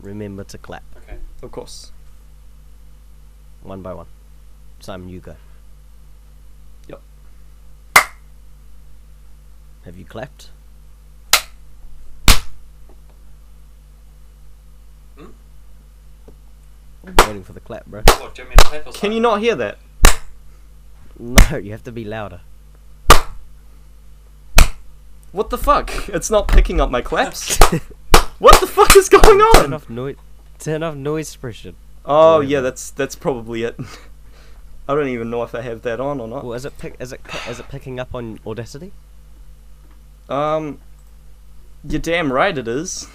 remember to clap Okay. Of course. one by one. Simon, you go. Yep. Have you clapped? Hmm? I'm waiting for the clap, bro. What, do you want me to clap or Can something? you not hear that? No, you have to be louder. What the fuck? It's not picking up my claps. what the fuck is going Turn on? off noise. Turn off noise suppression. Oh Whatever. yeah, that's that's probably it. I don't even know if I have that on or not. Well, is it pick? Is it pi- is it picking up on Audacity? Um, you're damn right it is.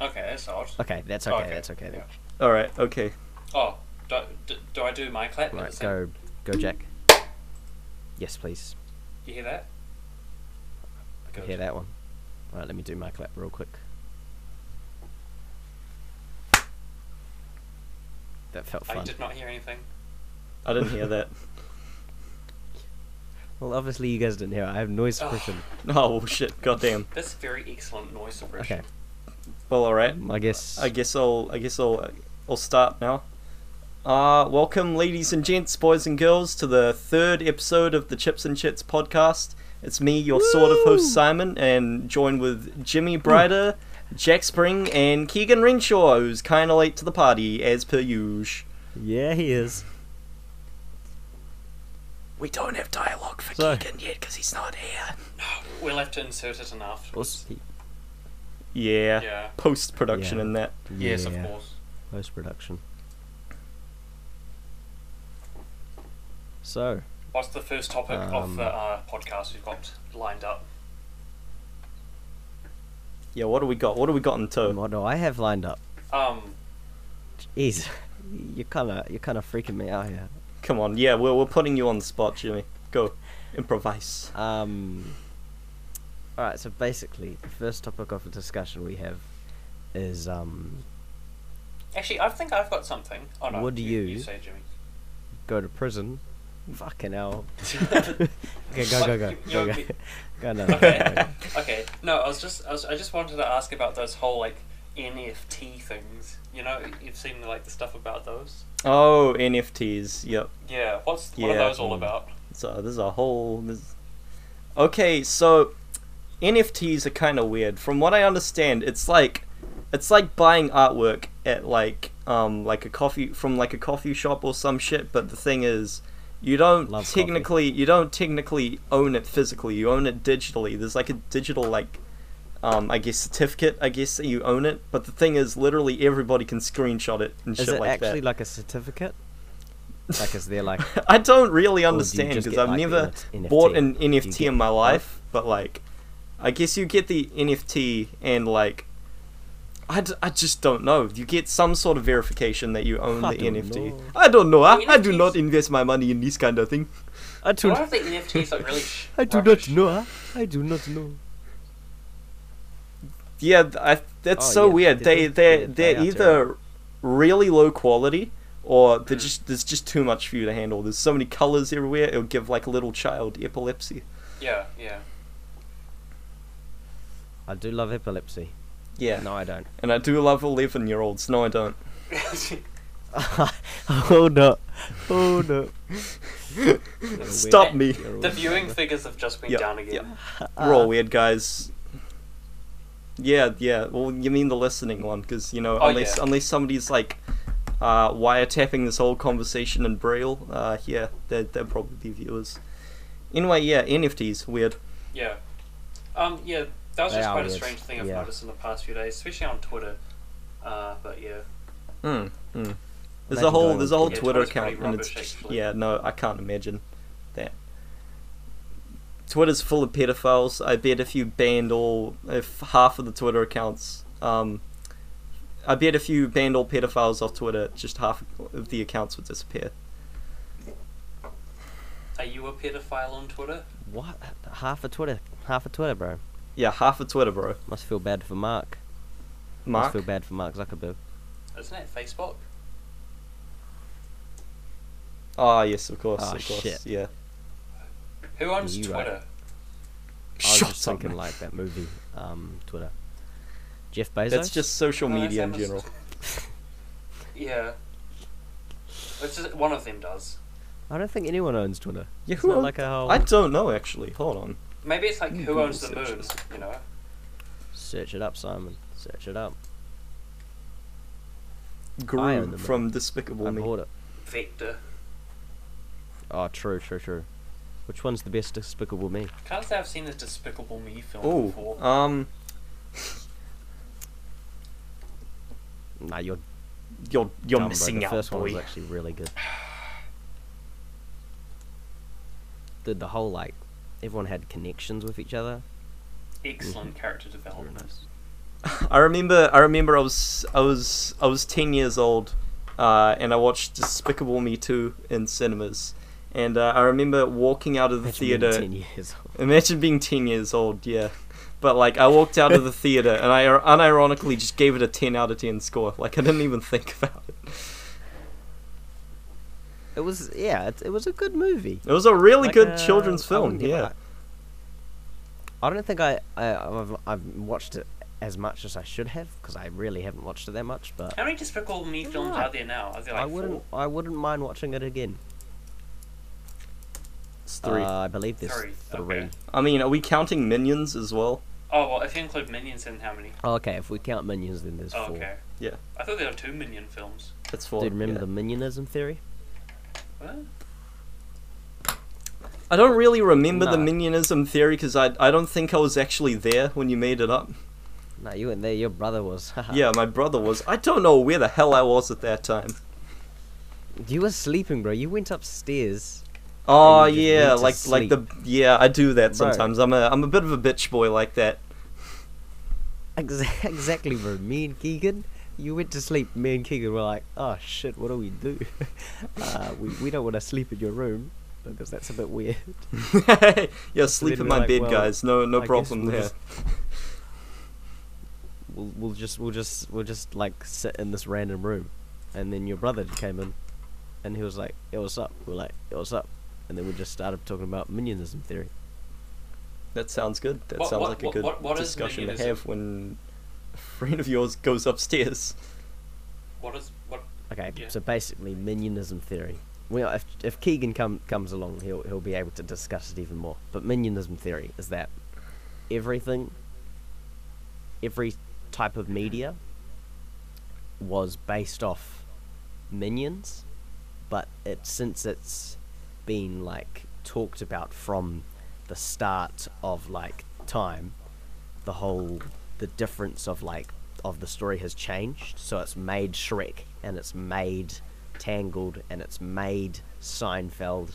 Okay, that's odd. Okay, that's okay. That's okay. Then. All right, okay. Oh, do, do, do I do my clap? at Right, the same- go, go, Jack. Yes, please. You hear that? I hear that one. All right, let me do my clap real quick. That felt I fun. Oh, did not hear anything. I didn't hear that. Well, obviously you guys didn't hear. it. I have noise Oh. suppression. Oh well, shit, goddamn. That's very excellent noise suppression. Okay, Well, all right. I guess. I guess I'll I guess I'll I'll start now. Uh, welcome, ladies and gents, boys and girls, to the third episode of the Chips and Chits podcast. It's me, your sort of host Simon, and joined with Jimmy Brider, Jack Spring, and Keegan Renshaw, who's kind of late to the party as per usual. Yeah, he is. We don't have dialogue for So- Keegan yet because he's not here. We'll have to insert it in afterwards. Yeah, Yeah. post production Yeah. and that. Yes, of course. Post production. So, What's the first topic Um, of the uh, podcast we've got lined up? Yeah, what do we got? What do we got in tow? what do I have lined up? Um, Jeez, you're kind of you're kind of freaking me out here. Come on, yeah, we're we're putting you on the spot, Jimmy. Go, improvise. Um. All right. So basically, the first topic of discussion we have is um actually, I think I've got something. Oh no. Would you? you- You say, Jimmy. go to prison. Fucking hell. Okay, go go go You- go you- go. go no, okay. no, okay. No, I was just I, was, I just wanted to ask about those whole like NFT things. You know, you've seen like the stuff about those. Oh, NFTs. Yep. Yeah. What's what are Yeah. those all mm. about? So there's a whole. There's... Okay, so NFTs are kind of weird. From what I understand, it's like it's like buying artwork at like um like a coffee from like a coffee shop or some shit. But the thing is, you don't Love coffee. technically you don't technically own it physically. You own it digitally. There's like a digital like. Um, I guess certificate. I guess that you own it, but the thing is, literally everybody can screenshot it and Is shit it like actually that. like a certificate? Like, is there like I don't really you understand just because get, I've like, never an NFT? bought an Do you NFT get in my both? life, but like, I guess you get the NFT and like, I, d- I just don't know. You get some sort of verification that you own I the don't NFT. know. I don't know. I, The I do NFTs not invest my money in this kind of thing. I do What if the NFTs are really? sh- I do rubbish? not know. huh? I do not know. Yeah, th- I, that's Oh, so yeah, weird. they They do. Yeah, they they they're are either terrible. Hmm. really low quality or they're just there's just too much for you to handle. There's so many colors everywhere. It'll give like a little child epilepsy. Yeah. Yeah. I do love epilepsy. Yeah, No, I don't. and I do love eleven year olds. No, I don't. oh no. Oh no. Stop me. the viewing figures have just been Yep, down again. yep. We're all weird guys. Yeah, yeah. Well, you mean the listening one, because you know, Oh, unless yeah. unless somebody's like uh, wiretapping this whole conversation in braille, uh, yeah, they'd, they'd probably be viewers. Anyway, yeah, NFTs weird. Yeah. Um, yeah, that was They just are quite a weird, strange thing I've yeah. noticed in the past few days, especially on Twitter. Uh, but yeah. Mm, mm. There's Imagine a whole going there's on a whole Twitter. Twitter Yeah, Twitter's pretty account, and it's rubbish, just- actually. yeah, no, I can't imagine that. Twitter's full of pedophiles. I bet if you banned all, if half of the Twitter accounts, um, I bet if you banned all pedophiles off Twitter, just half of the accounts would disappear. Are you a pedophile on Twitter? What? Half a Twitter. Half a Twitter, bro. Yeah, half of Twitter, bro. Must feel bad for Mark. Must Mark, feel bad for Mark Zuckerberg. Isn't it Facebook? oh yes, of course, Ah, of course, shit. yeah. Who owns You right. Twitter? I was Shut just up, thinking man. like that movie, um, Twitter. Jeff Bezos. That's just social No, that's media in Amazon. general. Yeah. It's just one of them does. I don't think anyone owns Twitter. Yeah, It's who not own- like a whole I don't know actually. Hold on. Maybe it's like Mm, who owns the Google moon, searches. you know? search it up, Simon. Search it up. Groom them. from Despicable I Me. bought it. Vector. Oh, true, true, true. Which one's the best Despicable Me? Can't say I've seen a Despicable Me film Oh, before. um, Nah, you're you're you're dumb, bro. missing the out, first one boy. was actually really good. Did the whole like everyone had connections with each other. Excellent character Very development. nice. I remember. I remember. I was. I was. I was ten years old, uh, and I watched Despicable Me two in cinemas. And uh, I remember walking out of the Imagine being theater. Ten years old. Imagine being 10 years old, yeah. But, like, I walked out of the theater and I unironically just gave it a 10 out of 10 score. Like, I didn't even think about it. It was yeah, it, it was a good movie. It was a really Like, good uh, children's I wouldn't give film, it yeah. that- I don't think I, I I've, I've watched it as much as I should have because I really haven't watched it that much. But How many Despicable Me films Right. are there now? Are there like I wouldn't four? I wouldn't mind watching it again. It's three. Uh, I believe there's three. Three, okay. I mean, are we counting Minions as well? Oh, well, if you include Minions in how many? Oh, okay, if we count minions, then there's Oh, four. okay. Yeah. I thought there were two Minion films. That's four. Do you remember yeah. the minionism theory? What? I don't really remember the No. Minionism theory because I, I don't think I was actually there when you made it up. No, you weren't there. Your brother was. Yeah, my brother was. I don't know where the hell I was at that time. You were sleeping, bro. You went upstairs. Oh you just went yeah, to like like the yeah, I do that Bro. sometimes. I'm a I'm a bit of a bitch boy like that. Exa- exactly, bro. Me and Keegan, you went to sleep. Me and Keegan were like, oh shit, what do we do? uh, we, we don't want to sleep in your room because that's a bit weird. yeah, then sleep in we're my like, bed, well, guys. No, no I guess problem we'll there. just- We'll, we'll just we'll just we'll just like sit in this random room, and then your brother came in, and he was like, "Yo, what's up?" We're like, "Yo, what's up?" And then we just started talking about minionism theory. That sounds good. That What- sounds what- like a what- good what- what is discussion to minionism? have when a friend of yours goes upstairs. What is. What? Okay, Yeah. so basically minionism theory. Well, if if Keegan come comes along, he'll he'll be able to discuss it even more. But minionism theory is that everything, every type of media, was based off minions, but it since it's been like talked about from the start of like time, the whole the difference of like of the story has changed. So it's made Shrek and it's made Tangled and it's made Seinfeld.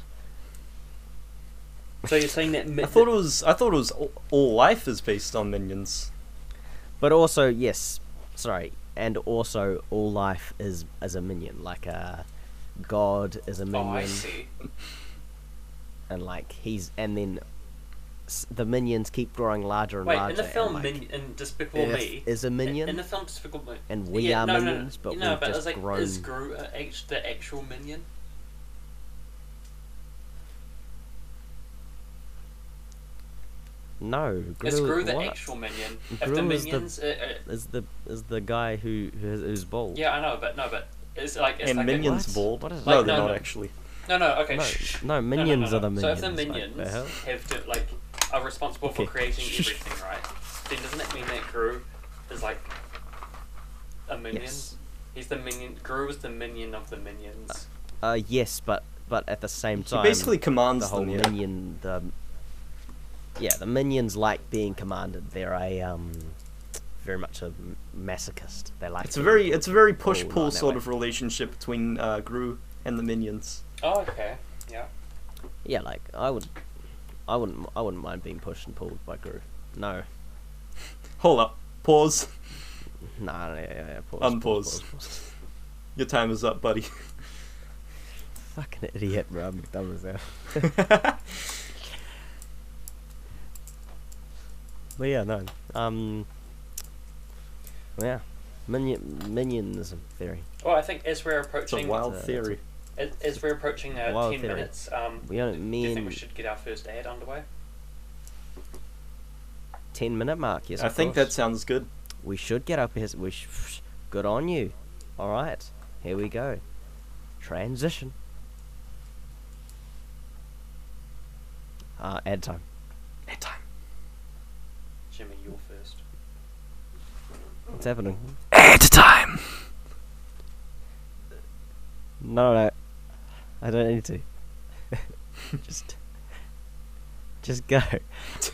So you're saying that. I thought it was. I thought it was all, all life is based on minions. But also, yes, sorry, and also all life is as a minion, like a god is a Oh, minion, I see. and like he's and then s- the minions keep growing larger and Wait, larger. in the and, film like, Min- in Despicable Earth Me. is a in- minion, In the film Despicable Me. and we yeah, are no, no, no. minions, but no, we've but just it's like, grown. Is Gru uh, act- the actual minion? No, Gru, Is Gru the what? actual minion? if the Gru is the- minions, uh, uh, is the is the guy who who has, who's bald? yeah, I know, but no, but it's like it's and like minions What? bald. What is no, that? they're No, not no. actually. A, no, no, okay. No, shh, shh. no, no, minions no, are the no. minions. So if the like, minions the hell? have to, like are responsible Okay. for creating Shh. everything, right? Then doesn't it mean that Gru is like a minion? Yes. He's the minion. Gru is the minion of the minions. Uh, yes, but but at the same He time, basically the commands whole them. Yeah. minion the yeah the minions like being commanded. They're a um very much a m- masochist. They like It's a being- very it's a very Pulled push on pull that sort way. of relationship between uh, Gru and the minions. Oh, okay. Yeah. yeah like I would I wouldn't I wouldn't mind being pushed and pulled by Gru. No, Hold up, pause. nah, yeah, yeah, yeah, pause, Unpause. pause, pause, pause. Your time is up, buddy. Fucking idiot, bro. I'm dumb as hell. But yeah, no. Um. Yeah, minion minionism theory. Well, Oh, I think as we're it's a approaching wild It's a- it's a- theory. as, as we're approaching uh, Wild ten theory. minutes, um, We don't do you think mean we should get our first ad underway? ten minute mark. Yes, I of think course. that sounds good. We should get up here. We sh- good on you. All right. Here we go. Transition. Uh, ad time. Ad time. Jimmy, you're first. What's happening? Ad time. No, no. I don't need to. just, just go.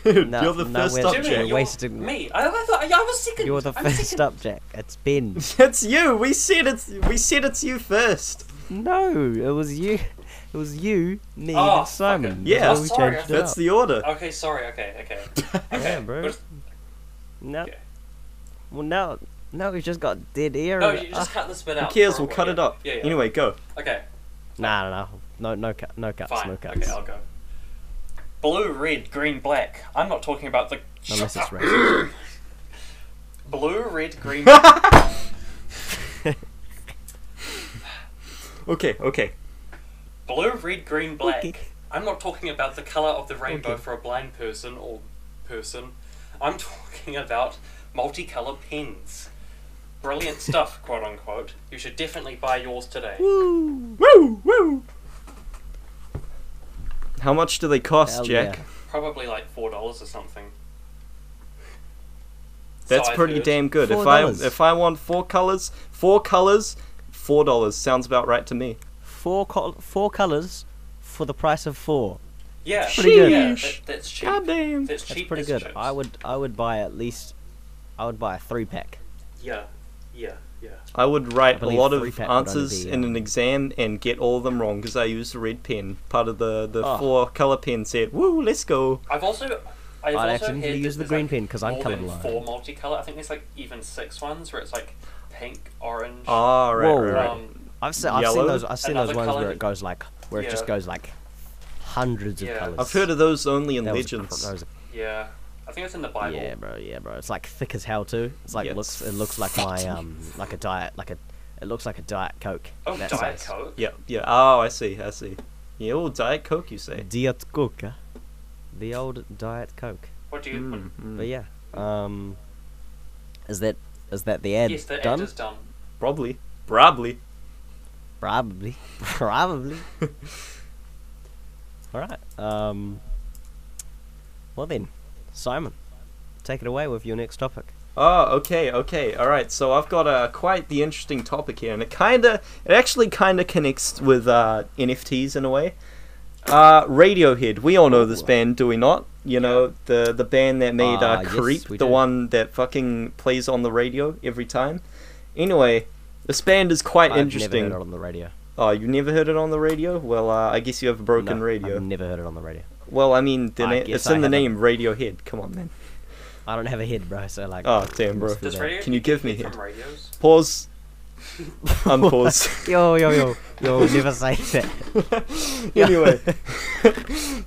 Dude, No, you're the no, first we're- up, Jimmy, Jack. you're wasting- Me? I, I thought I was second. You're the I'm first second. up, Jack. It's Ben. It's you. We said it's we said it's you first. no, it was you. It was you, me, Oh, and fuck Simon. That's it. Yeah. why Oh, we sorry, changed it That's up. the order. Oh, Okay, sorry. Okay, okay. Okay, Yeah, bro. but- No. Okay. Well, now, now we've just got dead air. No, and- you just ah. cut this bit Who out. cares? for We'll cut yeah. it up. Yeah, yeah. Anyway, go. Okay, Nah, nah, nah. No, no, cut, no cuts, fine. no Okay, cuts. I'll go. Blue, red, green, black. I'm not talking about the. Unless it's Shut up. racist. Blue, red, green. black. Okay, okay. Blue, red, green, black. Okay. I'm not talking about the color of the rainbow Okay. for a blind person or person. I'm talking about multicolour pens. Brilliant stuff, quote unquote. You should definitely buy yours today. Woo! Woo, woo. How much do they cost, Hell Jack? yeah. Probably like four dollars or something. That's So I've pretty heard. damn good. If I $4. if I want four colors, four colors, four dollars sounds about right to me. Four, col- four colors for the price of four. Yeah, Pretty good. yeah, Sheesh. that, that's cheap. God damn. That's That's cheap. pretty as good. chips. I would, I would buy at least, I would buy a three pack. Yeah, yeah, yeah. I would write a believe lot three of pack would only answers be, in um, an exam and get all of them wrong because I used a red pen. Part of the the Oh. four color pen set. Woo, let's go. I've also. I'd I've also accidentally heard that use the there's, green like, pen 'cause I'm more than colourblind. Four multicolour. I think there's like even six ones where it's like pink, orange. Ah, right, Whoa. right, right. um, I've seen, I've seen Yellow? those, I've seen those Another ones colour where that- it goes like, where it just Yeah. goes like, hundreds Yeah. of colors. I've heard of those only in that was a cr- Legends. that was a- yeah, I think it's in the Bible. Yeah, bro. Yeah, bro. It's like thick as hell too. It's like Yeah, it looks. it's It looks like my um, like a diet, like a. It looks like a diet coke. Oh, That Diet size. Coke. Yeah, yeah. Oh, I see, I see. Yeah, all Diet Coke, you say? Diet coke. huh? The old diet coke. What do you? Mm, what- mm. But yeah, um, is that is that the ad yes, the done? ad is done. Probably, probably. Probably, probably. All right. Um. Well then, Simon, take it away with your next topic. Oh, okay, okay, all right. So I've got a quite the interesting topic here, and it kinda, it actually kinda connects with uh, NFTs in a way. Uh, Radiohead, we all know this Ooh. band, do we not? You know the the band that made Oh. Ah, uh, yes, Creep, we the do. one that fucking plays on the radio every time. Anyway, this band is quite I've interesting. Never heard it on the radio. Oh, you never heard it on the radio? Well, uh, I guess you have a broken No, radio. I've never heard it on the radio. Well, I mean, the I na- guess it's I in the haven't. name Radiohead. Come on, man. I don't have a head, bro. So like. Oh, damn, bro. it's too Does bad. radio? Can you give me from hint? radios? Pause. Unpause. Yo, yo, yo, yo, never say that. anyway,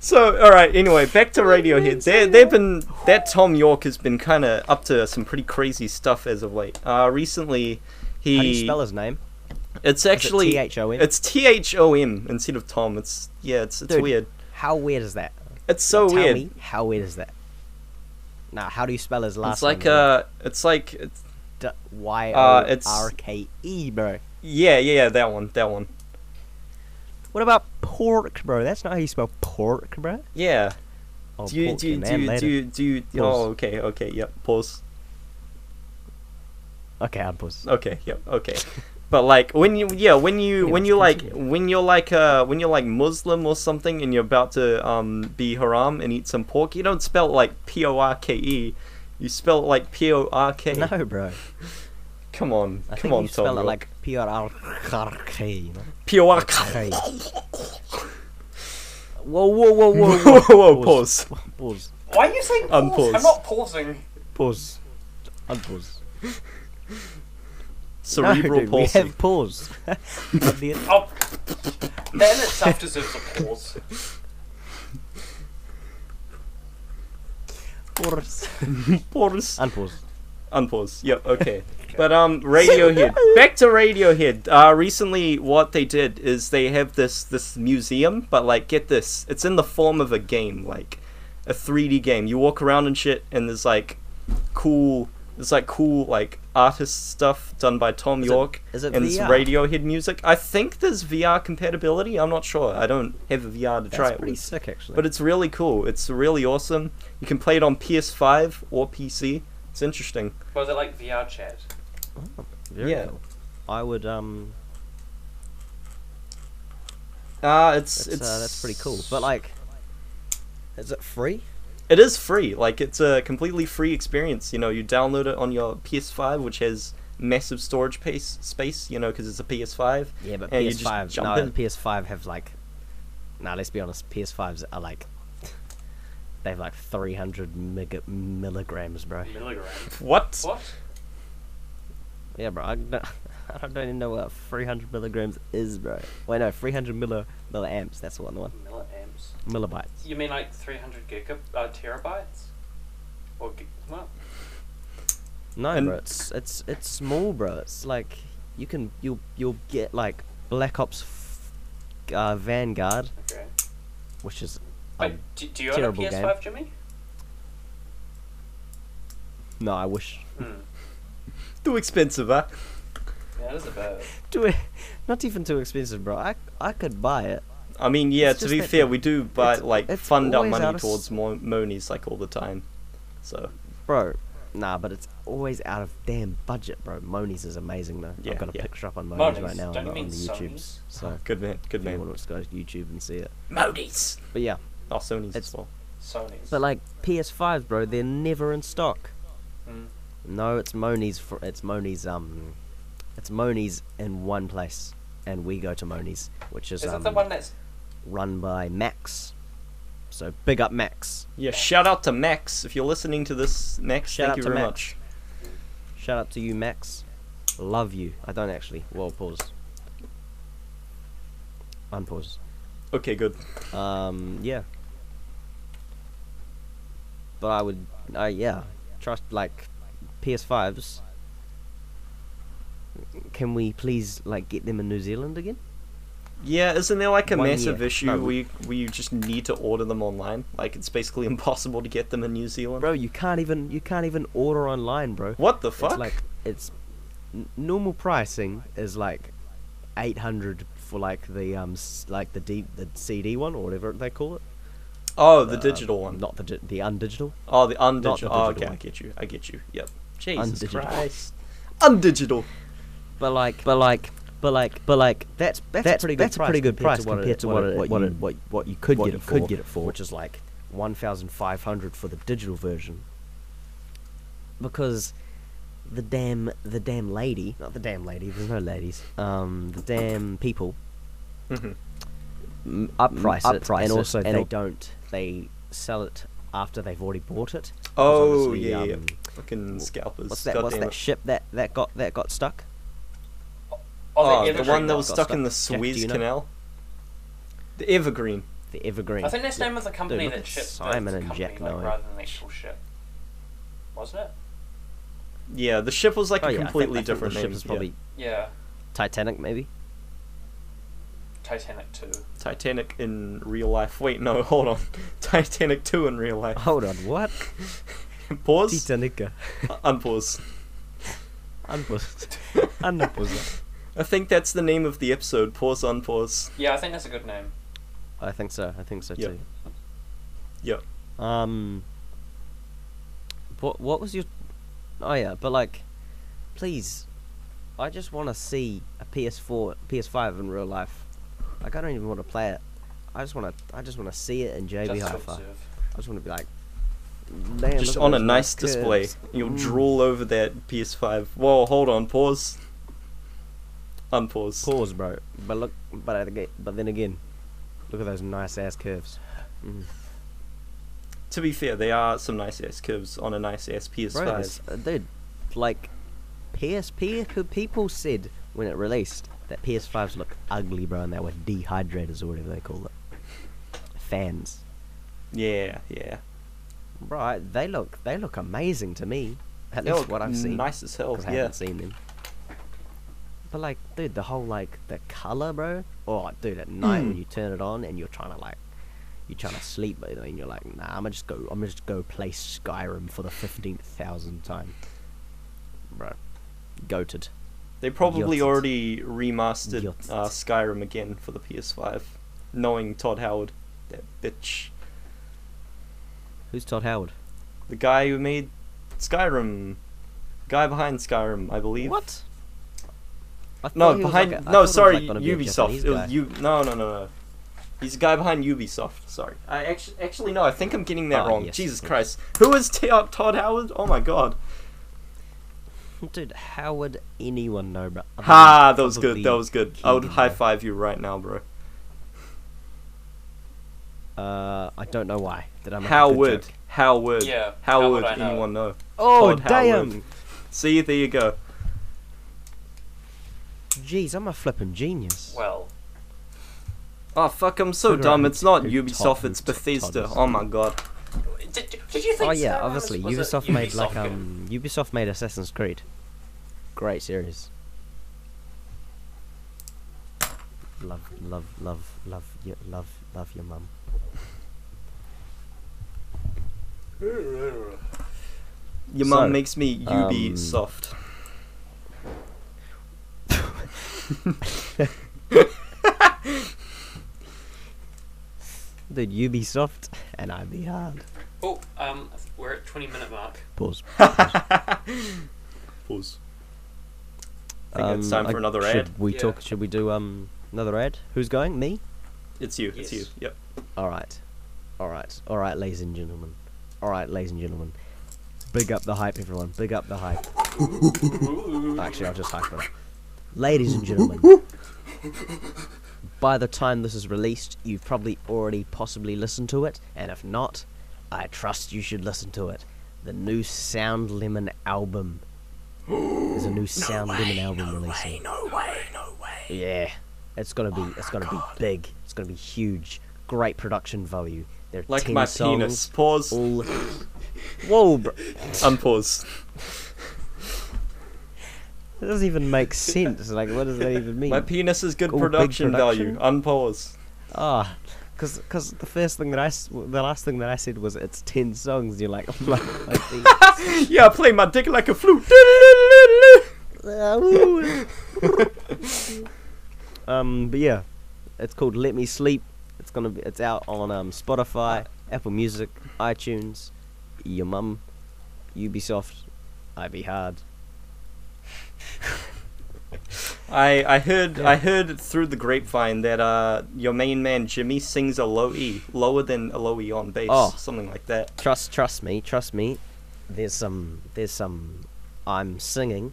so all right. Anyway, back to Radiohead. They they've been that Tom York has been kind of up to some pretty crazy stuff as of late. Uh, recently, he How do you spell his name? it's E. actually T-H-O-M? It's T H O M instead of Tom. It's yeah. It's it's Dude. weird. How weird is that? It's so Tell weird. me, how weird is that? Now, how do you spell his last It's like name? uh, it's like it's, Y uh, O it's- R K E, bro. yeah, yeah, yeah. That one, that one. What about pork, bro? That's not how you spell pork, bro. Yeah. Oh, do you pork do you, your do man you, later. do you, do you, Pause. oh okay okay yep pause Okay, I'll pause. okay yep okay but like when you yeah when you when Anyways, you like continue. when you're like uh when you're like muslim or something and you're about to um be haram and eat some pork you don't spell it like p-o-r-k-e E. you spell it like p-o-r-k No, bro. E. come on I come think on you spell Tom, it you're- like P R R K. you know? p-o-r-k Okay. Whoa, whoa, whoa, whoa, whoa whoa. whoa pause Pause. Why are you saying pause? Unpause. I'm not pausing. Pause. Unpause. cerebral no, dude, We have palsy pause. At the end- Oh, that in itself deserves a pause. pause. Pause. Unpause. Unpause. Yep. Okay. But um, Radiohead. Back to Radiohead. Uh, recently, what they did is they have this this museum, but like, get this, it's in the form of a game, like a 3D game. You walk around and shit, and there's like cool It's like cool like artist stuff done by Tom Is it- York is it and it's VR? Radiohead music. I think there's VR compatibility. I'm not sure. I don't have a VR to That's try it pretty with. sick, actually. But it's really cool. It's really awesome. You can play it on PS5 or PC. It's interesting. Was it like VR chat? Oh, very yeah. cool. I would um. Ah, it's That's, it's uh, that's pretty cool. But like, is it free? it is free. Like it's a completely free experience. You know, you download it on your PS5, which has massive storage pace, space. You know, because it's a PS5. Yeah, but And you just PS5. jump No, the in. PS5 have like. Now let's be honest. PS5s are like. They have like 300 mega, milligrams, bro. Milligram. What? What? Yeah, bro. I don't, I don't even know what 300 milligrams is, bro. Wait, no, 300 milli, milliamps. That's the one. The one Milliamps. millibytes. You mean like 300 gigab uh, terabytes? Or gig- what? No, And- bro. It's it's it's small, bro. It's like you can you'll you'll get like Black Ops, f- uh, Vanguard, Okay. which is. Wait, Um, do, do you own a terrible game. PS5, Jimmy? no, I wish. Hmm. Too expensive, huh? Yeah, that is a bit. Too, not even too expensive, bro. I I could buy it. I mean, yeah. It's to just be that fair, we do buy it's- like it's fund our always out money of towards s- mo- monies like all the time. So Bro, nah, but it's always out of damn budget, bro. Monies is amazing though. Yeah, I've got a yeah. picture up on Monies, Monies, right now on, don't you the- on mean the YouTube's. Sony's? So good man, good if you want man. to just go to YouTube and see it. Monies. But yeah, Oh, Sony's It's- as well. Sony's. but like PS5s, bro, they're never in stock. Mm. No, it's Monies for it's Monies um, it's Monies in one place, and we go to Monies, which is Is it um, the one that's run by Max. So big up Max. Yeah, shout out to Max if you're listening to this, Max. Shout thank out you to very Max. much. Shout out to you, Max. Love you. I don't actually. Well, pause. Unpause. Okay, good. Um, yeah. But I would, uh, yeah, trust like PS5s. Can we please like get them in New Zealand again? Yeah, isn't there like a One massive year. issue No, where, we- you, where you just need to order them online? Like it's basically impossible to get them in New Zealand. Bro, you can't even you can't even order online, bro. what the fuck? It's like it's n- normal pricing is like 800 for like the um s- like the D, the CD one or whatever they call it. oh, the Uh, digital one. Not the di- the undigital. oh, the undigital. not the oh, digital okay, I one. get you. I get you. Yep. Jesus Undigital. Christ. Undigital. But like, but like, but like, but like, that's that's, that's- pretty good that's a price pretty good compared price to what compared it, to what what it, it- what, what it, you- what, what you could what get you it could for, get it for. which is like one thousand five hundred for the digital version. Because the damn the damn lady, not the damn lady. There's no ladies. Um, the damn people hmm m- upprice, Mm, it, upprice and it, also and they al- don't they sell it after they've already bought it. 'Cause Oh obviously, yeah, yeah. um, Fucking scalpers. What's that? What's goddamn that it. ship that that got that got stuck? Oh, the the Evergreen one that got was got stuck in the stuck. Jack, do Suez you know? Canal. The Evergreen. The Evergreen. I think that's the name of the company look that at ships Simon the and company, Jack like, knowing. rather than the actual ship. Wasn't it? Yeah, the ship was like Oh, a yeah, I think- completely I think different the name. ship is yeah. probably Yeah. Titanic, maybe. Titanic 2. Titanic in real life. Wait, no, hold on. Titanic 2 in real life. Hold on, what? Pause. Titanic. Unpause. Unpause. Unpause. I think that's the name of the episode. Pause, unpause. Yeah, I think that's a good name. I think so. I think so Yeah. Yeah. too. Um. What What was your? Oh yeah, but like, please, I just want to see a PS4, PS5 in real life. Like I don't even want to play it. I just want to. I just want to see it in JB Just to Hi-Fi. observe. I just want to be like. "Man, Just look at on a those nice display. curves." You'll Mm. drool over that PS5. Whoa, hold on. Pause. Unpause. Pause, bro. But look, but I get- but then again, look at those nice ass curves. Mm. To be fair, they are some nice ass curves on a nice ass PS5. Bro, this- uh, dude, like PSP who people said when it released that PS5s look ugly, bro, and they were dehydrators or whatever they call it. Fans, Yeah, yeah. right? They look they look amazing to me. At They least look what I've seen. Nice as hell. 'cause I Yeah. haven't seen them. But like, dude, the whole like the color, bro. Oh, dude, at night when Mm. you turn it on and you're trying to like, you're trying to sleep, but then you're like, nah, I'm gonna just go, I'm gonna just go play Skyrim for the fifteenth thousand time. bro. Goated. They probably Yotzed. already remastered Yotzed. uh, Skyrim again for the PS5, knowing Todd Howard, that bitch, Who's Todd Howard? the guy who made Skyrim, guy behind Skyrim, I believe. What? I No, thought he was behind. like a- I thought he no, was sorry, like gonna be a Ubisoft. Japanese It guy. was you. No, no, no, no. He's the guy behind Ubisoft. Sorry, I actually, actually no. I think I'm getting that Ah, wrong. yes, Jesus yes. Christ, who is T- uh, Todd Howard? Oh my God. Dude, how would anyone know, bro? Other Ha, than that was good. probably That was good. I would Keegan, high bro. five you right now, bro. Uh, I don't know why. Did I make a How good would? joke. How would? Yeah, How, how would, would I know? anyone know? Oh, Todd damn. Howard. See, there you go. Jeez, I'm a flipping genius. Well, Oh fuck, I'm so Twitter dumb. and It's not who Ubisoft. Todd- It's who Todd Bethesda. is. Oh my God. did, did you think oh, yeah, Skyrim obviously. was a Ubisoft made, like, Ubisoft game? um... Ubisoft made Assassin's Creed. Great series. Love, love, love, love, your, love, love your mum. Your So, mum makes me um, Ubisoft. Dude, Ubisoft and I be hard. Oh, um, we're at 20 minute mark. Pause. Pause. I think it's time for another Um, should ad. We Yeah. talk. Should we do um another ad? Who's going? Me. It's you. Yes. It's you. Yep. All right. All right. All right, ladies and gentlemen. All right, ladies and gentlemen. Big up the hype, everyone. Big up the hype. Actually, I'll just hype it. up. Ladies and gentlemen. By the time this is released, you've probably already possibly listened to it, and if not, I trust you should listen to it. The new Sound Lemon album. There's a new Sound Lemon album releasing. No way. Oh No way. Yeah, it's gonna be it's gonna be big. It's gonna be huge. Great production value. There are Like ten my songs. penis. Pause. All. Whoa, bro. Unpause. That doesn't even make sense. Like, what does that even mean? My penis is good All big production, value. production? Unpause. Ah, because because the first thing that I s- the last thing that I said was it's ten songs. You're like, "Oh I'm like, like the- Yeah, I play my dick like a flute. Ah, woo. um, but yeah, it's called Let Me Sleep. It's gonna be it's out on um Spotify, Apple Music, iTunes, your mum, Ubisoft, I be hard. I I heard I heard through the grapevine that uh your main man Jimmy sings a low E, lower than a low E on bass, Oh. something like that. trust trust me trust me there's some there's some i'm singing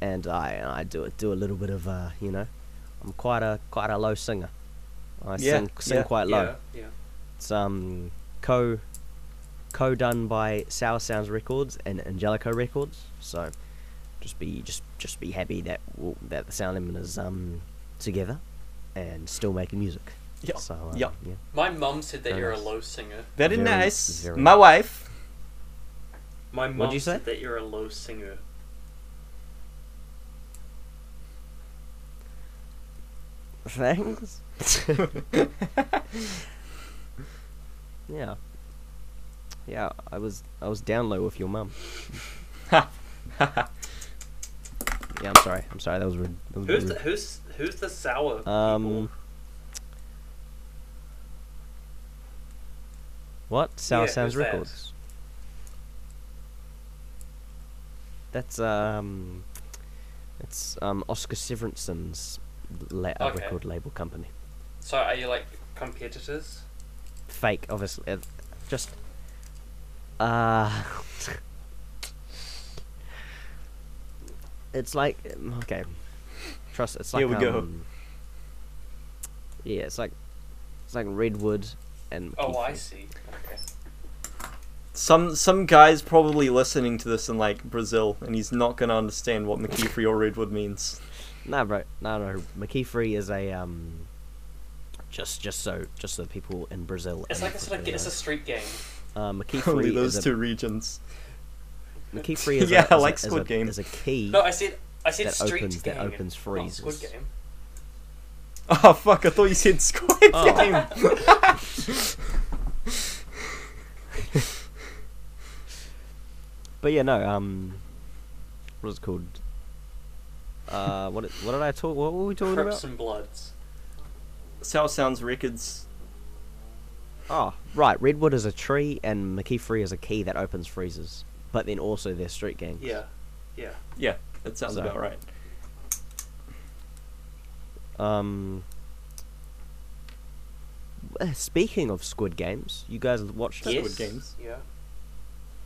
and i and i do it do a little bit of uh you know i'm quite a quite a low singer i Yeah, sing sing yeah, quite low Yeah, it's um co co done by sour sounds records and angelico records so just be just just be happy that w that the sound lemon is um together and still making music Yeah, so uh, yeah. yeah My mum said that Very you're a nice. low singer. Very, Very, nice. very My nice. wife. My What'd mum you say? said that you're a low singer. thanks Yeah. Yeah, I was I was down low with your mum. Yeah, I'm sorry. I'm sorry. That was rude. That was Who's the, rude. who's who's the sour? Mm-hmm. um. people? What? Sour Yeah, Sounds who's that? Records. That's um, it's um Oscar Severinson's la- uh, Okay. record label company. So are you like competitors? Fake, obviously. Uh, just uh it's like um, okay. Trust. It's like Here we go. um, Yeah, it's like it's like redwood and Oh, I Keith. see. Okay. Some some guy's probably listening to this in like Brazil, and he's not gonna understand what McKeefery or Redwood means. Nah, bro. No, no. McKeefery is a um. Just, just so, just so people in Brazil. It's and like it's like Africa it's a street game. know. uh, Only McKeefery those is a, two regions. McKeefery is Yeah, a, is like a, is Squid a, Game. is a key No, I said I said that street opens gang. that opens not freezes. Squid game. Oh fuck! I thought you said Squid Oh. Game. But yeah, no. Um, what is it called? Uh, what it- what did I talk? What were we talking Crips about? and Bloods. South Sounds Records. Oh, right. Redwood is a tree, and McKeefery is a key that opens freezers. But then also their street gang. Yeah, yeah. Yeah, that sounds So- about right. Um. eh, Speaking of Squid Games, you guys watched it. Yes. Squid Games. Yeah.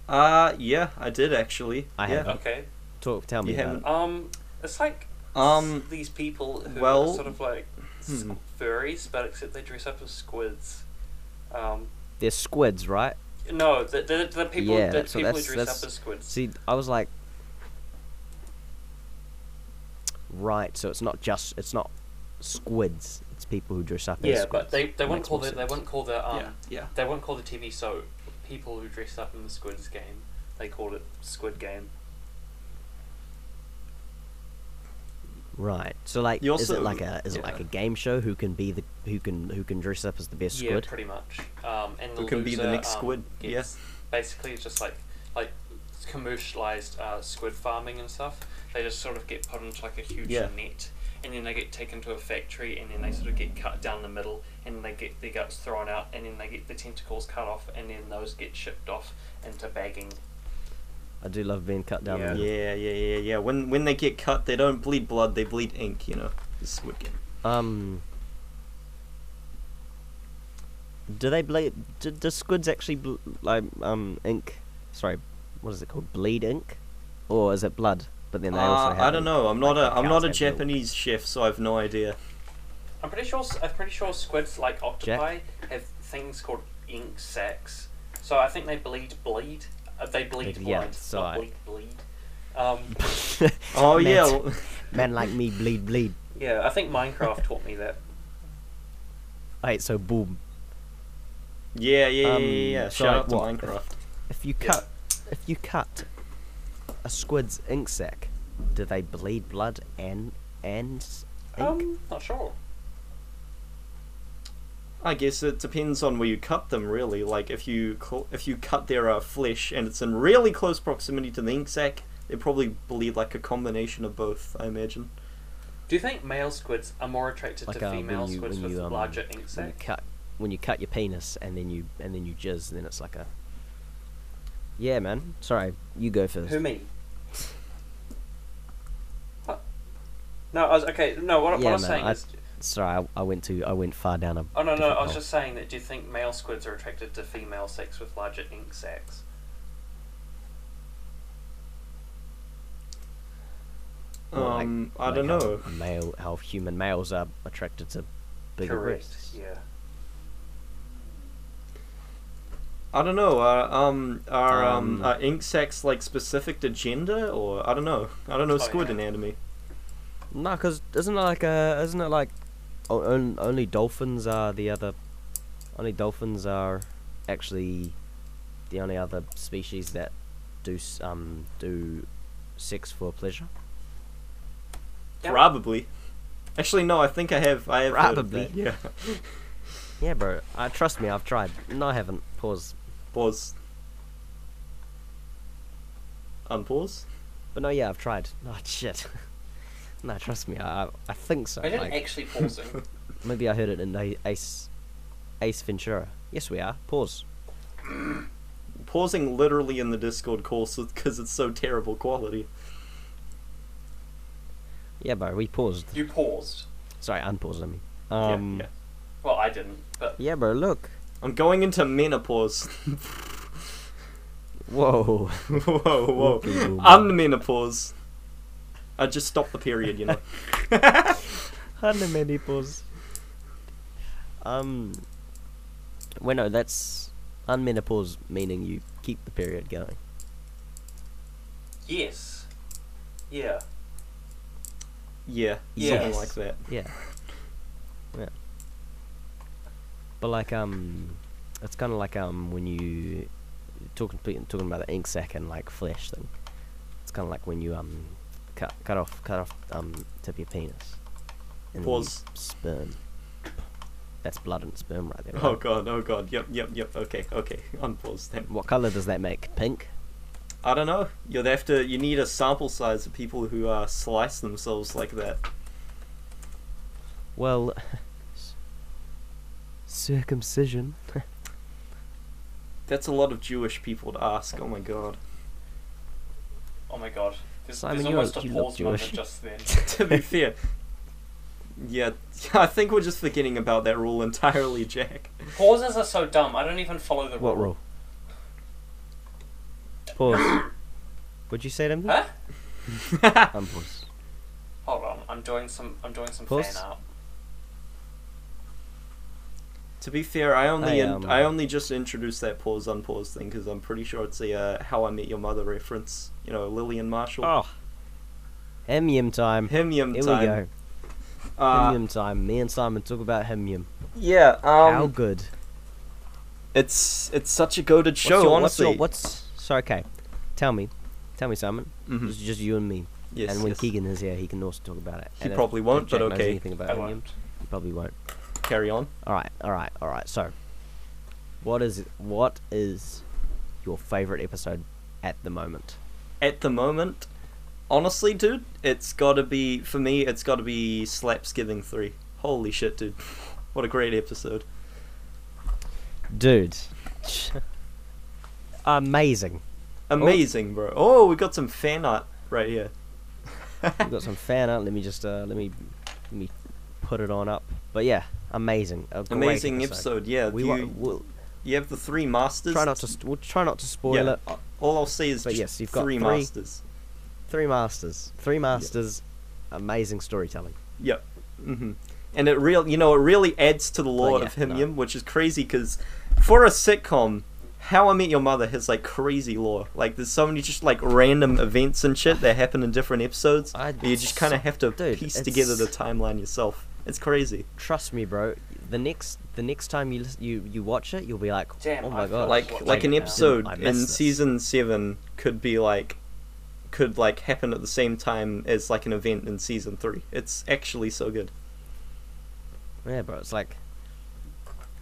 Uh, yeah, I did actually. I yeah. haven't. Okay. Talk, tell me You about haven't- it. Um, it's like Um, s- these people who well, are sort of like hmm. squ- furries, but except they dress up as squids. Um, They're squids, right? no, the the, the people Yeah, the so people who that's- dress that's- up as squids. See, I was like, right. So it's not just it's not squids. It's people who dress up as yeah, squids. but they they It won't makes call more the, they sense. won't call the um yeah, yeah. they won't call the TV show people who dress up in the squids game. They called it Squid Game. Right. So like, You is it also- like a is it like yeah. a game show? Who can be the who can who can dress up as the best Yeah, squid? pretty much. Um, and the Who can be the loser, next um, squid, gets yes. Basically, it's just like like commercialized uh, squid farming and stuff. They just sort of get put into like a huge Yeah. net, and then they get taken to a factory, and then they sort of get cut down the middle, and they get their guts thrown out, and then they get the tentacles cut off, and then those get shipped off into bagging. I do love being cut down. Yeah. the middle. Yeah, yeah, yeah, yeah. When when they get cut, they don't bleed blood; they bleed ink. You know, the Squid Game. Um. Do they bleed? Do, do squids actually bl- like um ink? Sorry, what is it called? Bleed ink, or is it blood? But then they also Uh, have. I don't ink. know. I'm not like, a the I'm not a cows have milk. Japanese chef, so I've no idea. I'm pretty sure. s- I'm pretty sure squids like octopi have things called ink sacs. So I think they bleed bleed. Uh, they bleed yeah, blood, so not I- bleed bleed. Um, Oh Man- yeah, well, man like me bleed bleed. yeah, I think Minecraft taught me that. Alright, so boom. yeah, yeah, yeah, yeah. Um, yeah. so, Shout out to what? Minecraft. If you Yeah. cut, if you cut a squid's ink sac, do they bleed blood and and s- ink? Um, not sure. I guess it depends on where you cut them, really. Like if you cl- if you cut their uh, flesh and it's in really close proximity to the ink sac, they probably bleed like a combination of both. I imagine. Do you think male squids are more attracted like to uh, female when you squids when with you um, larger ink when you sacs? cut when you cut your penis and then you and then you jizz, then it's like a. Yeah, man. Sorry, you go first. Who me? What? No, I was okay. No, what, Yeah, what I'm man, saying I- is, Sorry, I, I went to I went far down a. oh no, no, different I was hole. just saying that. Do you think male squids are attracted to female sex with larger ink sacs? Or like- um, I like don't how know. Male, how human males are attracted to bigger Correct. breasts. Yeah. I don't know. Are um are um, Um, are ink sacs like specific to gender or I don't know. I don't know Oh, squid yeah. anatomy. No, because isn't it like a isn't it like o- on- only dolphins are the other only dolphins are actually the only other species that do s- um do sex for pleasure. Yeah. Probably. Actually, no. I think I have. I have heard of Probably. that, Yeah. Yeah, bro. Uh, trust me, I've tried. No, I haven't. Pause. Pause. Unpause. But no, yeah, I've tried. Oh shit. no, trust me. I I- I think so. Are you like, actually pausing? maybe I heard it in A- Ace Ace Ventura. Yes, we are. Pause. Pausing literally in the Discord call because it's so terrible quality. Yeah, bro. We paused. you paused. Sorry, unpaused. I mean. Yeah, Um, yeah. Well, I didn't, but yeah, bro. Look. I'm going into menopause. Whoa. whoa, whoa. Okay, boomer. Unmenopause. I just stopped the period, you know. Honey many pause. Um. Well, no, that's unmenopause, meaning you keep the period going. yes. Yeah. yeah, something Yes. like that. Yeah. Yeah. But like, um, it's kind of like um when you talking talking about the ink sac and like flesh thing. It's kind of like when you um cut cut off cut off um tip of your penis. And then you Pause. Sperm. That's blood and sperm right there. Oh right? god, oh god. Yep, yep, yep. Okay, okay. Unpause then. What color does that make? Pink. I don't know. You'd have to. You need a sample size of people who uh, slice themselves like that. Well, circumcision. That's a lot of Jewish people to ask. Oh my god. Oh my god. There's, Simon, there's you almost look- a you look pause moment Jewish. just then. to be fair. Yeah, I think we're just forgetting about that rule entirely, Jack. Pauses are so dumb. I don't even follow the What rule? Pause. Would you say something? Huh? Ah! I'm paused. Hold on. I'm doing some. I'm doing some Pause. fan art. To be fair, I only I, in, um, I only just introduced that pause unpause thing because I'm pretty sure it's a uh, How I Met Your Mother reference. You know, Lillian Marshall. Oh. Hem yum time. Him yum Here time. we go. Uh, Hem yum time. Me and Simon talk about hem yum. yeah. Um, How good. It's it's such a goaded What's show. your- what's honestly, your- what's sorry? Okay, tell me, tell me, Simon. Mhm. It's just you and me. Yes, and when yes. Keegan is here, he can also talk about it. He And if- probably won't, if but Jack knows okay. Oh, anything about I him, won't. He probably won't. carry on. All right, all right, all right. So, what is what is your favorite episode at the moment? At the moment, honestly, dude, it's gotta be for me. It's gotta be Slaps Giving Three. Holy shit, dude! What a great episode. Dude, amazing. Amazing, bro. Oh, we got some fan art right here. We've got some fan art. Let me just uh, let me let me put it on up. But yeah, amazing. A great Amazing episode. episode. Yeah, We you, wa- we'll you have the three masters. try not to st- we'll try not to spoil yeah, it. uh, all I'll say is But just yes, you've got three, three- masters. Three masters. Three masters. Amazing storytelling. Yep. hmm And it real, you know, it really adds to the lore yeah, of Him no. Yim, which is crazy because for a sitcom, How I Met Your Mother has like crazy lore. Like there's so many just like random events and shit that happen in different episodes. I- and you just kind of have to Dude, piece it's- together the timeline yourself. It's crazy. Trust me, bro. The next the next time you lis- you you watch it, you'll be like, Damn, oh I my feel god. like what like they an do now. episode I in missed this. season seven could be like could like happen at the same time as like an event in season three. It's actually so good. Yeah, bro. It's like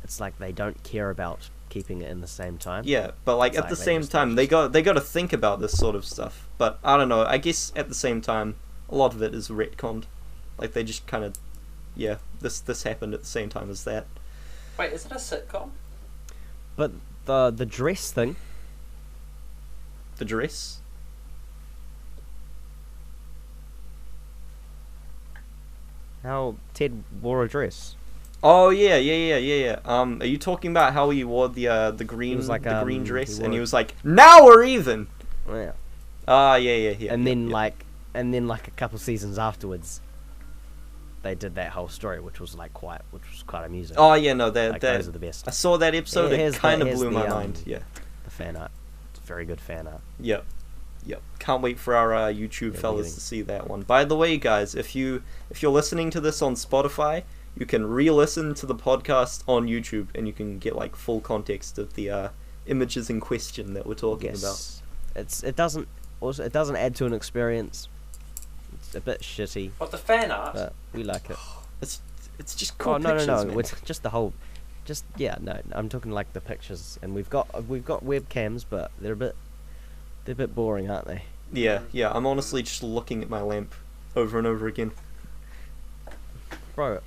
it's like they don't care about keeping it in the same time. Yeah, but like It's at like the they same just- time they got they got to think about this sort of stuff. But I don't know. I guess at the same time, a lot of it is retconned. Like they just kind of yeah this this happened at the same time as that. Wait, is it a sitcom? But the the dress thing. The dress. How Ted wore a dress. Oh yeah, yeah, yeah, yeah, yeah. Um, are you talking about how he wore the uh, the green was like, the um, green he dress and wore- he was like, now we're even. Yeah. Ah, yeah, yeah, yeah. and yeah, then yeah. like and then like a couple seasons afterwards, they did that whole story, which was like quite which was quite amusing. Oh yeah, no, that like, that those are the best. I saw that episode. Yeah, it here's the- kind of here's blew the, my um, mind. Yeah, The fan art. It's very good fan art. yep, yep. Can't wait for our uh, YouTube Yeah, fellas beginning. to see that one. By the way, guys, if you if you're listening to this on Spotify, you can re-listen to the podcast on YouTube, and you can get like full context of the uh, images in question that we're talking about. Yes. It's it doesn't also it doesn't add to an experience. It's a bit shitty, What the fan art? but we like it. It's it's just cool oh no pictures, no no! man. It's just the whole, just yeah no. I'm talking like the pictures, and we've got we've got webcams, but they're a bit they're a bit boring, aren't they? Yeah, yeah. I'm honestly just looking at my lamp over and over again. Bro,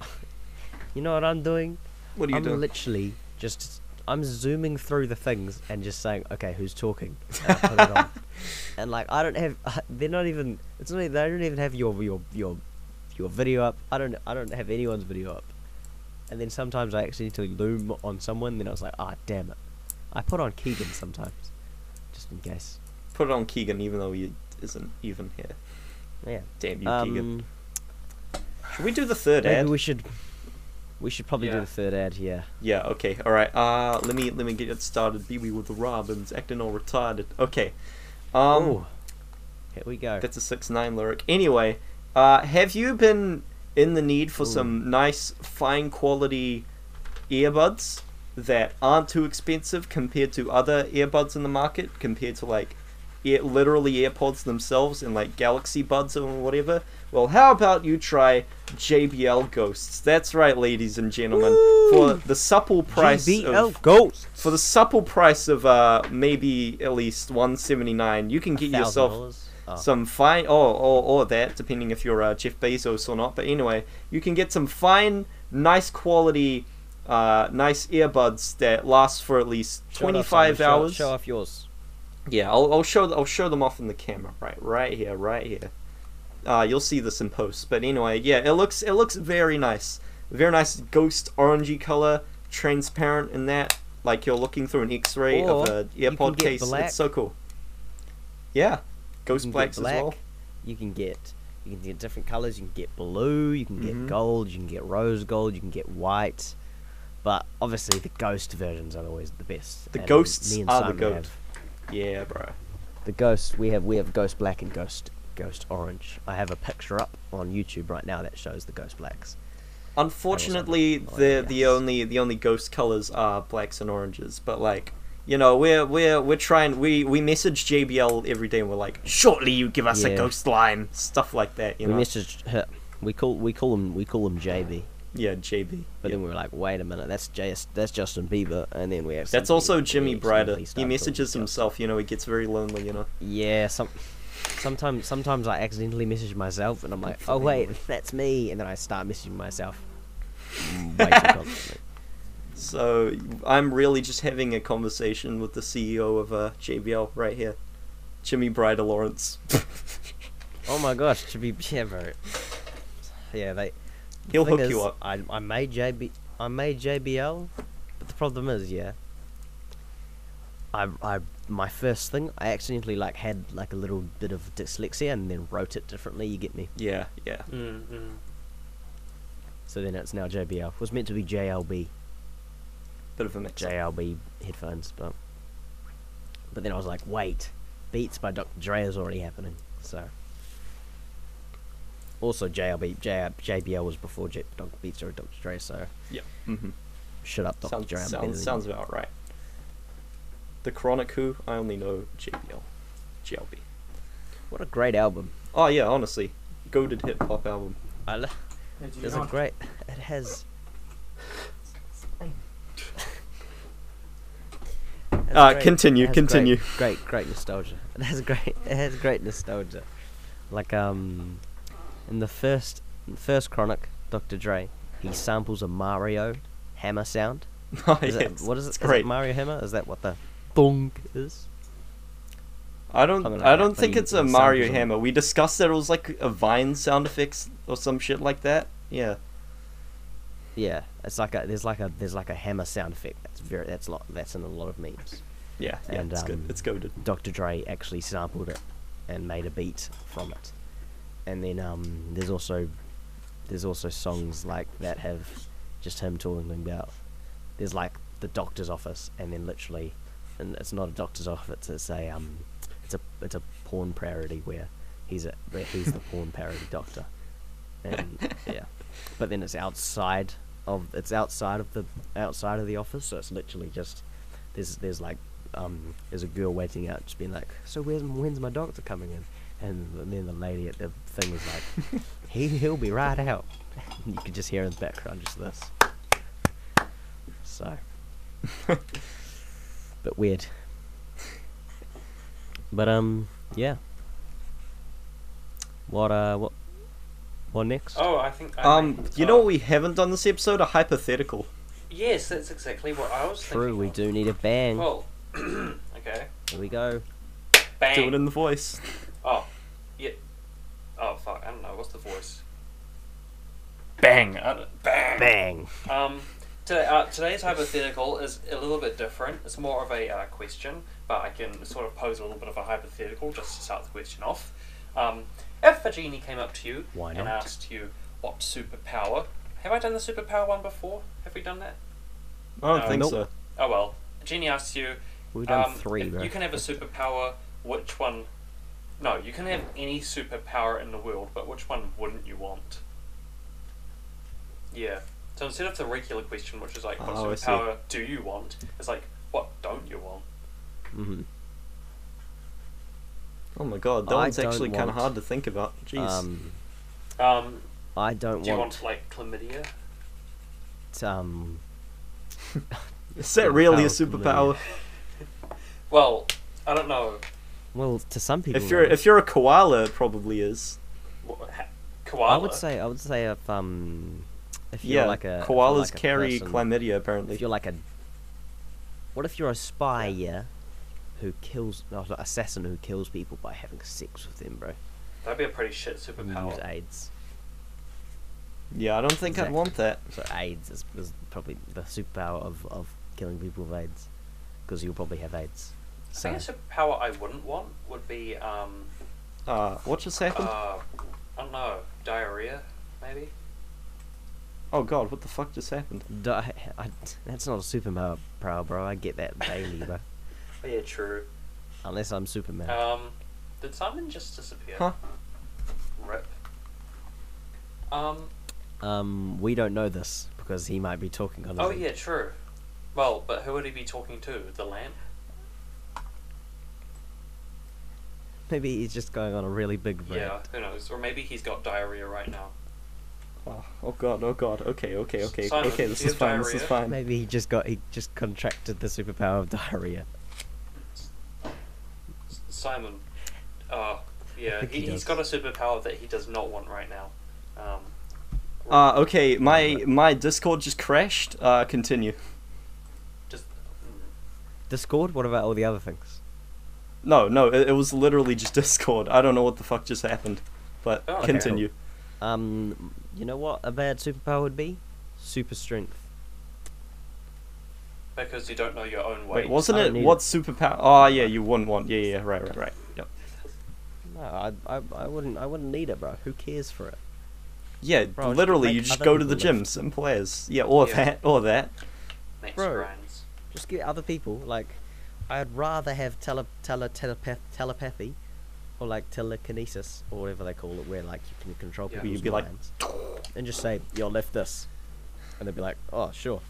you know what I'm doing? What are you I'm doing? literally just I'm zooming through the things and just saying, okay, who's talking? And I put it on. And like I don't have, they're not even. It's not. even- They don't even have your your your your video up. I don't. I don't have anyone's video up. And then sometimes I accidentally loom on someone. Then I was like, ah, damn it. I put on Keegan sometimes, just in case. Put it on Keegan, even though he isn't even here. Yeah. Damn you, Keegan. Um, Should we do the third maybe ad? we should. We should probably do Yeah. the third ad here. Yeah. Okay. All right. Uh, let me let me get it started. BB with the Robins acting all retarded. Okay. Um, Ooh. here we go. that's a six nine lyric. Anyway, uh, have you been in the need for Ooh. some nice fine quality earbuds that aren't too expensive compared to other earbuds in the market? Compared to like air, literally AirPods themselves and like Galaxy Buds or whatever. Well, how about you try JBL Ghosts? That's right, ladies and gentlemen, for the supple price of GBL Ghost. for the supple price of uh maybe at least 179 you can get yourself $1,000. Oh. some fine or, or or that depending if you're uh, jeff bezos or not but anyway you can get some fine nice quality uh nice earbuds that last for at least Show it off, Simon. 25 Show- hours Show off yours. yeah I'll, I'll show i'll show them off in the camera right right here right here uh you'll see this in post but anyway yeah it looks it looks very nice very nice ghost orangey color transparent in that like you're looking through an x-ray of Or an you can airpod get case black. it's so cool yeah ghost You can get blacks as well black, You can get you can get different colors. You can get blue. You can Mhm. get gold. You can get rose gold. You can get white. But obviously, the ghost versions are always the best. The and ghosts me and are the Simon goat. have- yeah bro The ghosts we have we have ghost black and ghost ghost orange. I have a picture up on YouTube right now that shows the ghost blacks. Unfortunately, Oh, the the yes. only the only ghost colors are blacks and oranges. But like, you know, we're we're we're trying. We we message JBL every day, and we're like, shortly you give us a Yeah. ghost line, stuff like that. You we know, messaged her. We call we call him we call him JB. yeah, JB. But Yeah. then we were like, wait a minute, that's JS, that's Justin Bieber, and then we have. That's also Jimmy Brider. He messages himself. You know, he gets very lonely. You know. Yeah, some. Sometimes, sometimes I accidentally message myself, and I'm like, "Oh wait, that's me," and then I start messaging myself. Way too constantly. So I'm really just having a conversation with the CEO of uh, JBL right here, Jimmy Brider Lawrence. Oh my gosh, to be yeah, bro. Yeah, they. the He'll thing hook you is, up. I, I made JB, I made JBL, but the problem is, yeah. I, I, my first thing, I accidentally like had like a little bit of dyslexia and then wrote it differently. You get me? Yeah, yeah. Mm, mm. So then it's now JBL. It was meant to be JLB, Bit of a mix. JLB headphones, but but then I was like, wait, Beats by Dr. Dre is already happening. So also JLB, J, JBL was before J, Dr. Beats or Dr. Dre, so Yeah. Mm-hmm. hmm shut up, Dr. Sounds, Dre. I'm sounds, better than you. sounds about right. The Chronic Who, I only know JBL. JLB. What a great album! Oh, yeah, honestly. Goaded hip hop album. I lo- Hey, do you There's a not- great. It has. It has Uh, great- continue, it has continue. Great, great, great nostalgia. It has great. It has great nostalgia. Like um, in the first, first chronic, Dr. Dre, he samples a Mario hammer sound. oh, Is it, yes, what is it? It's Is great. it Mario hammer? Is that what the thong is? I don't something like I that, don't but think he- it's he a samples Mario them. Hammer. We discussed that it was like a Vine sound effects or some shit like that. Yeah. Yeah, it's like a there's like a there's like a hammer sound effect. That's very that's lot that's in a lot of memes. Yeah, yeah, And, it's good. um, It's goaded. Dr. Dre actually sampled it and made a beat from it. And then um, there's also there's also songs like that have just him talking about there's like the doctor's office and then literally and it's not a doctor's office it's a um it's a it's a porn parody where he's a where he's the porn parody doctor and yeah but then it's outside of it's outside of the outside of the office so it's literally just there's there's like um there's a girl waiting out just being like so where's when's my doctor coming in and, then the lady at the thing is like he he'll be right out you could just hear in the background just this so but weird but um yeah what uh what what next Oh, I think. I Um, made- you know what we haven't done this episode? A hypothetical. Yes, that's exactly what I was True, thinking. we of. do need a bang. Well, okay. Here we go. Bang. Do it in the voice. Oh, yeah. Oh fuck! I don't know. What's the voice? Bang. I don't- bang. Bang. Um, today, uh, today's hypothetical is a little bit different. It's more of a uh, question, but I can sort of pose a little bit of a hypothetical just to start the question off. Um, if a genie came up to you Why and not? asked you what superpower, have I done the superpower one before? Have we done that? I don't No. think Nope. so. Oh well, a genie asks you. We've done um, three, if bro. You can have a superpower. Which one? No, you can have any superpower in the world, but which one wouldn't you want? Yeah. So instead of the regular question, which is like, what Oh, I see. superpower do Mm-hmm. you want? It's like, what don't you want? hmm Oh my god, that I one's don't actually kind of want, hard to think about. Jeez. Um, Um, I don't do you want, want like chlamydia? um, Is that really a superpower, superpower? Well, I don't know. well, to some people. If you're it is. if you're a koala, it probably is. What, ha- I koala. would say uh, I would say if um if you're Yeah, like a if you're koalas like a carry person- chlamydia If apparently. you're like a what if you're a spy yeah, who kills no, sorry, assassin who kills people by having sex with them, bro? that'd be a pretty shit And you use superpower. AIDS. Yeah, I don't think I'd Exactly. want that. So AIDS is, is probably the superpower of of killing people with AIDS because you'll probably have AIDS. I So think a superpower I wouldn't want would be um, Uh, what just happened? uh, I don't know, diarrhea, maybe. oh god, what the fuck just happened? di- I- that's not a superpower, bro. I get that daily, bro. Oh, yeah, true. Unless I'm Superman. Um, did Simon just disappear? Huh? Rip. Um. Um, we don't know this because he might be talking on. his Oh own. yeah, true. Well, but who would he be talking to? The lamp. Maybe he's just going on a really big rant. Yeah. Who knows? Or maybe he's got diarrhea right now. Oh, oh god, oh god. Okay, okay, okay, Simon, okay. do This you is have fine. This is diarrhea? fine. Maybe he just got he just contracted the superpower of diarrhea. S- Simon. Uh, yeah. think He, he he has does. got a superpower that he does not want right now. Um. Uh, okay, my my Discord just crashed. Uh, continue. Just. mm. Discord. What about all the other things? No, no, it, it was literally just Discord. I don't know what the fuck just happened, but Oh, okay. continue. Um, you know what a bad superpower would be? Super strength. Because you don't know your own weight. Wait, wasn't I it don't need what it. superpower? Oh yeah, you wouldn't want. Yeah, yeah, right, right, right. Yep. No, I, I, I wouldn't I wouldn't need it, bro. Who cares for it? Yeah, Bro, just literally, make you just other go to the people gym. lift. Simple as. Yeah, or Yeah. that, or that. Next Bro. grinds. Just get other people. Like, I'd rather have tele, tele telepath, telepathy, or like telekinesis, or whatever they call it, where like you can control Yeah. people's You'd be like, minds, and just say you'll lift this, and they'd be like, oh sure.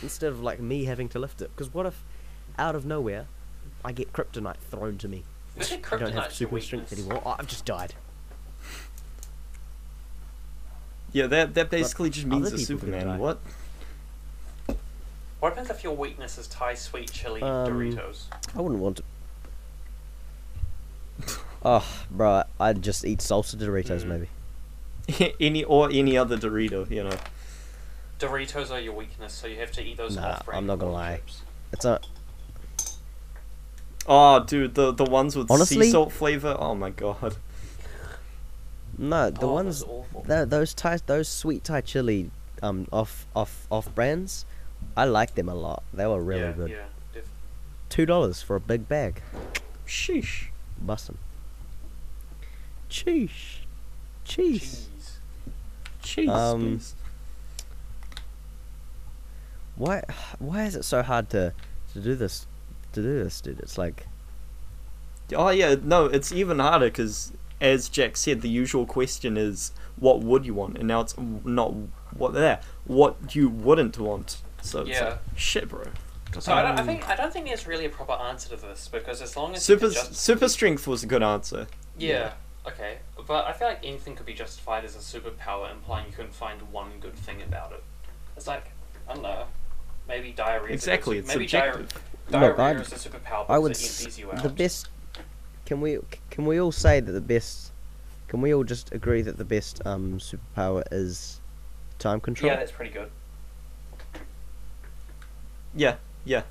Instead of like me having to lift it, because what if, out of nowhere, I get kryptonite thrown to me? Is it I don't have kryptonite's super weakness? strength anymore. Oh, I've just died. Yeah, that that basically just other means a people could die. Superman. What? What happens if your weakness is Thai sweet chili Um, Doritos? I wouldn't want to. Oh, bro, I'd just eat salsa Doritos, Mm. maybe. any or any other Dorito, you know. Doritos are your weakness, so you have to eat those Nah, off-brand I'm not gonna corn lie. chips. It's not. Oh, dude, the the ones with sea Honestly- salt flavor. Oh my god. No, the Oh, ones. that's awful. tho- those Thai, those sweet Thai chili, um, off off off brands, I like them a lot. They were really yeah, good. Yeah, def- Two dollars for a big bag. Sheesh. Bussin'. Cheesh. Cheese. cheese. Cheese. Um, please. Why why is it so hard to to do this to do this, dude? It's like Oh yeah, no, it's even harder because, as Jack said, the usual question is what would you want, and now it's not what there, what you wouldn't want. So it's Yeah. like, shit, bro. So I, don't, I Um, think I don't think there's really a proper answer to this because as long as you super can just- super strength was a good answer. yeah, okay, but I feel like anything could be justified as a superpower, implying you can find one good thing about it. It's like I don't know, maybe diarrhea. Exactly, it's maybe subjective. Diarrhea, Look, diarrhea I'd- is a superpower. Oh I because would it s- empties you out. the best. Can we can we all say that the best? Can we all just agree that the best um superpower is time control? Yeah, that's pretty good. Yeah, yeah.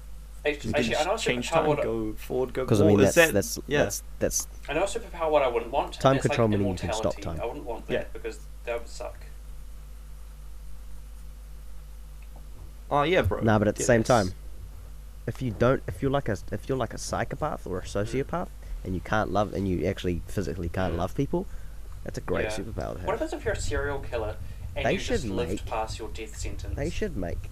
You Actually, can actually I just know a change superpower. time, What, I- go forward, go. Because I forward. mean Is that's that- that's, yeah. that's that's I know a superpower. What I wouldn't want. and Time it's like control meaning you can stop immortality. time. I wouldn't want that Yeah. because that would suck. Oh yeah, bro. nah. But at the Yeah, same that's- time, if you don't, if you're like a if you're like a psychopath or a sociopath, and you can't love and you actually physically can't Mm. love people, that's a great Yeah. superpower to have. What happens if you're a serial killer and They you just should lived make- past your death sentence? They should make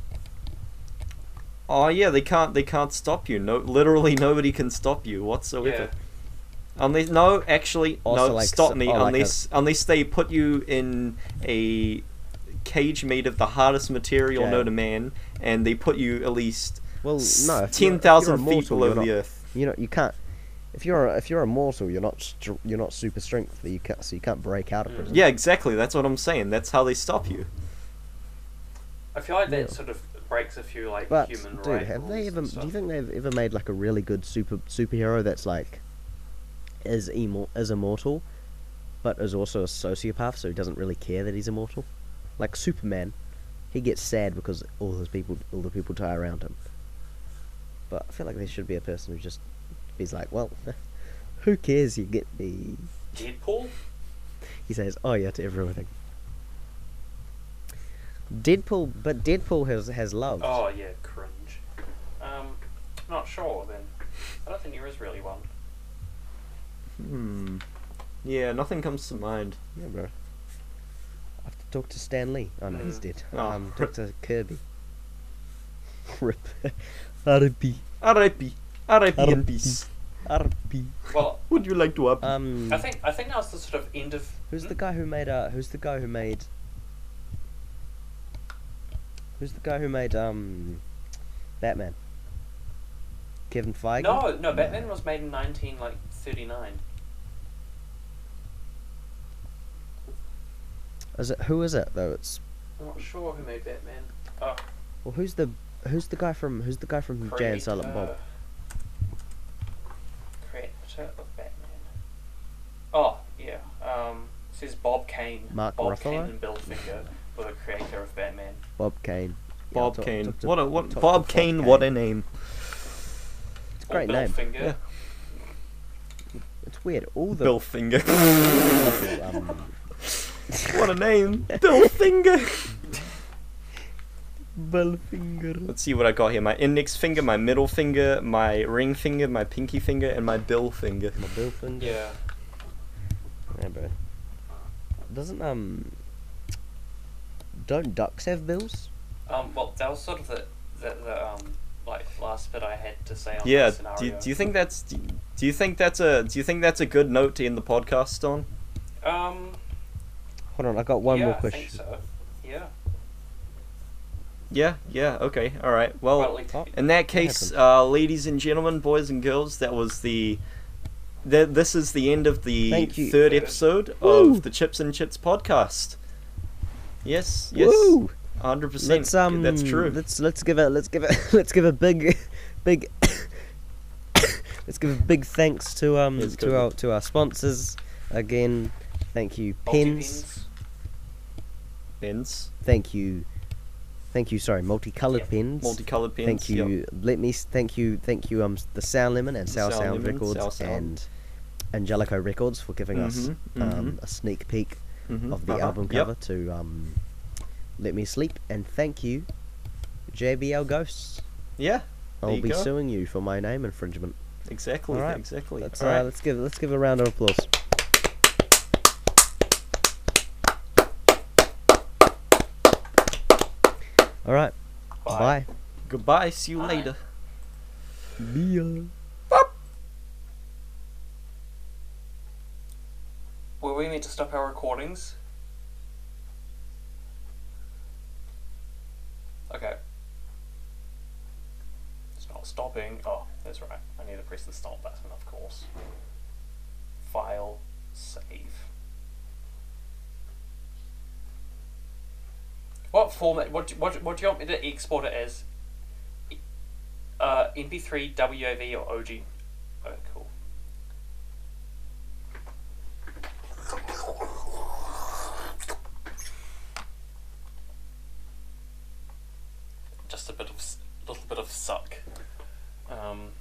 Oh yeah, they can't they can't stop you. No, literally nobody can stop you whatsoever. Yeah. Unless no, actually Also, no, like, stop so- me. oh, like unless unless they put you in a cage made of the hardest material known Jail. to man, and they put you at least well no s- if you're- if ten you're thousand immortal, feet below you're the not- earth. You know you can't If you're a, if you're immortal, you're not str- you're not super strength. You can't so you can't break out of Mm. prison. Yeah, exactly. That's what I'm saying. That's how they stop you. I feel like that Yeah. sort of breaks a few like But human dude, rights. have they rules ever? and Do you stuff. think they've ever made like a really good super superhero that's like is immor- is immortal, but is also a sociopath, so he doesn't really care that he's immortal? Like Superman, he gets sad because all his people, all the people die around him. But I feel like there should be a person who just is like, well, who cares? You get me. Deadpool? He says, "Oh yeah, to everything." Deadpool, but Deadpool has has love. Oh yeah, cringe. Um, not sure then. I don't think there is really one. Hmm. Yeah, nothing comes to mind. Yeah, bro. I have to talk to Stan Lee. Oh no, he's Mm. dead. Oh. Um, talk to Kirby. Rip. RP. R.I.P. R.I.P. in R.I.P.. peace. RP. Well, Would you like to up? Um, I think I think that's the sort of end of. who's the guy who made uh, who's the guy who made who's the guy who made um, Batman? Kevin Feige. No, no. Batman was made in nineteen like thirty nine. Is it who is it though? It's I'm not sure who made Batman. Oh, well, who's the who's the guy from who's the guy from Mm, Jay and Silent Bob? creator- Creator of Batman. Oh yeah. Um, it says Bob Kane. Mark Bob Ruffalo? Kane and Bill Finger were the creator of Batman. Bob Kane. Yeah, Bob talk- Kane. talk to- what a what? talk to Bob Kane. What a name. It's a Or great Bill name. Finger. Yeah. It's weird. All the Bill Finger. um, what a name. Bill Finger. Bellfinger. Let's see what I got here. My index finger, my middle finger, my ring finger, my pinky finger, and my bill finger. My Bellfinger. Yeah. Yeah, bro. Doesn't um. Don't ducks have bills? Um, well, that was sort of the, the, the um, like last bit I had to say on Yeah. the scenario. Do, you- do you think that's do, you- do you think that's a do you think that's a good note to end the podcast on? Um, Hold on, I got one yeah, more I question. think so. Yeah. Yeah. Yeah. Okay. All right. Well. Well, like, oh. In that case, uh, ladies and gentlemen, boys and girls, that was the. Th- this is the end of the Thank you. third Third. episode Woo. of the Chips and Chits podcast. Yes, yes, Woo! hundred percent. Let's um. That's true. Let's let's give a let's give a let's give a big, big. let's give a big thanks to um Yes, to go. our to our sponsors again. Thank you, Pens. multi-pins. Pens, Thank you, thank you. Sorry, multicolored Yeah, pins. multicolored pens. Thank yep. you. Let me s- thank you. Thank you. Um, s- the Sound Lemon and Sour Sound Sound Lemon, Records Sour Sound. and Angelico Records for giving us Mhm, um, a sneak peek mhm, of the uh-huh, album yep. cover to um, Let Me Sleep. And thank you, JBL Ghosts. Yeah, There I'll you be go. suing you for my name infringement. exactly, All right. exactly. Let's All uh, right. let's give let's give a round of applause. All right. Bye. Bye. Goodbye. See you Bye. later. Bye. Were we meant to stop our recordings? Okay. It's not stopping. Oh, that's right. I need to press the stop button, of course. File, save. What format? What do, what, do- what do you want me to export it as? E- Uh, MP3, WAV, or OG? Oh, cool. just a bit of s- little bit of suck. Um,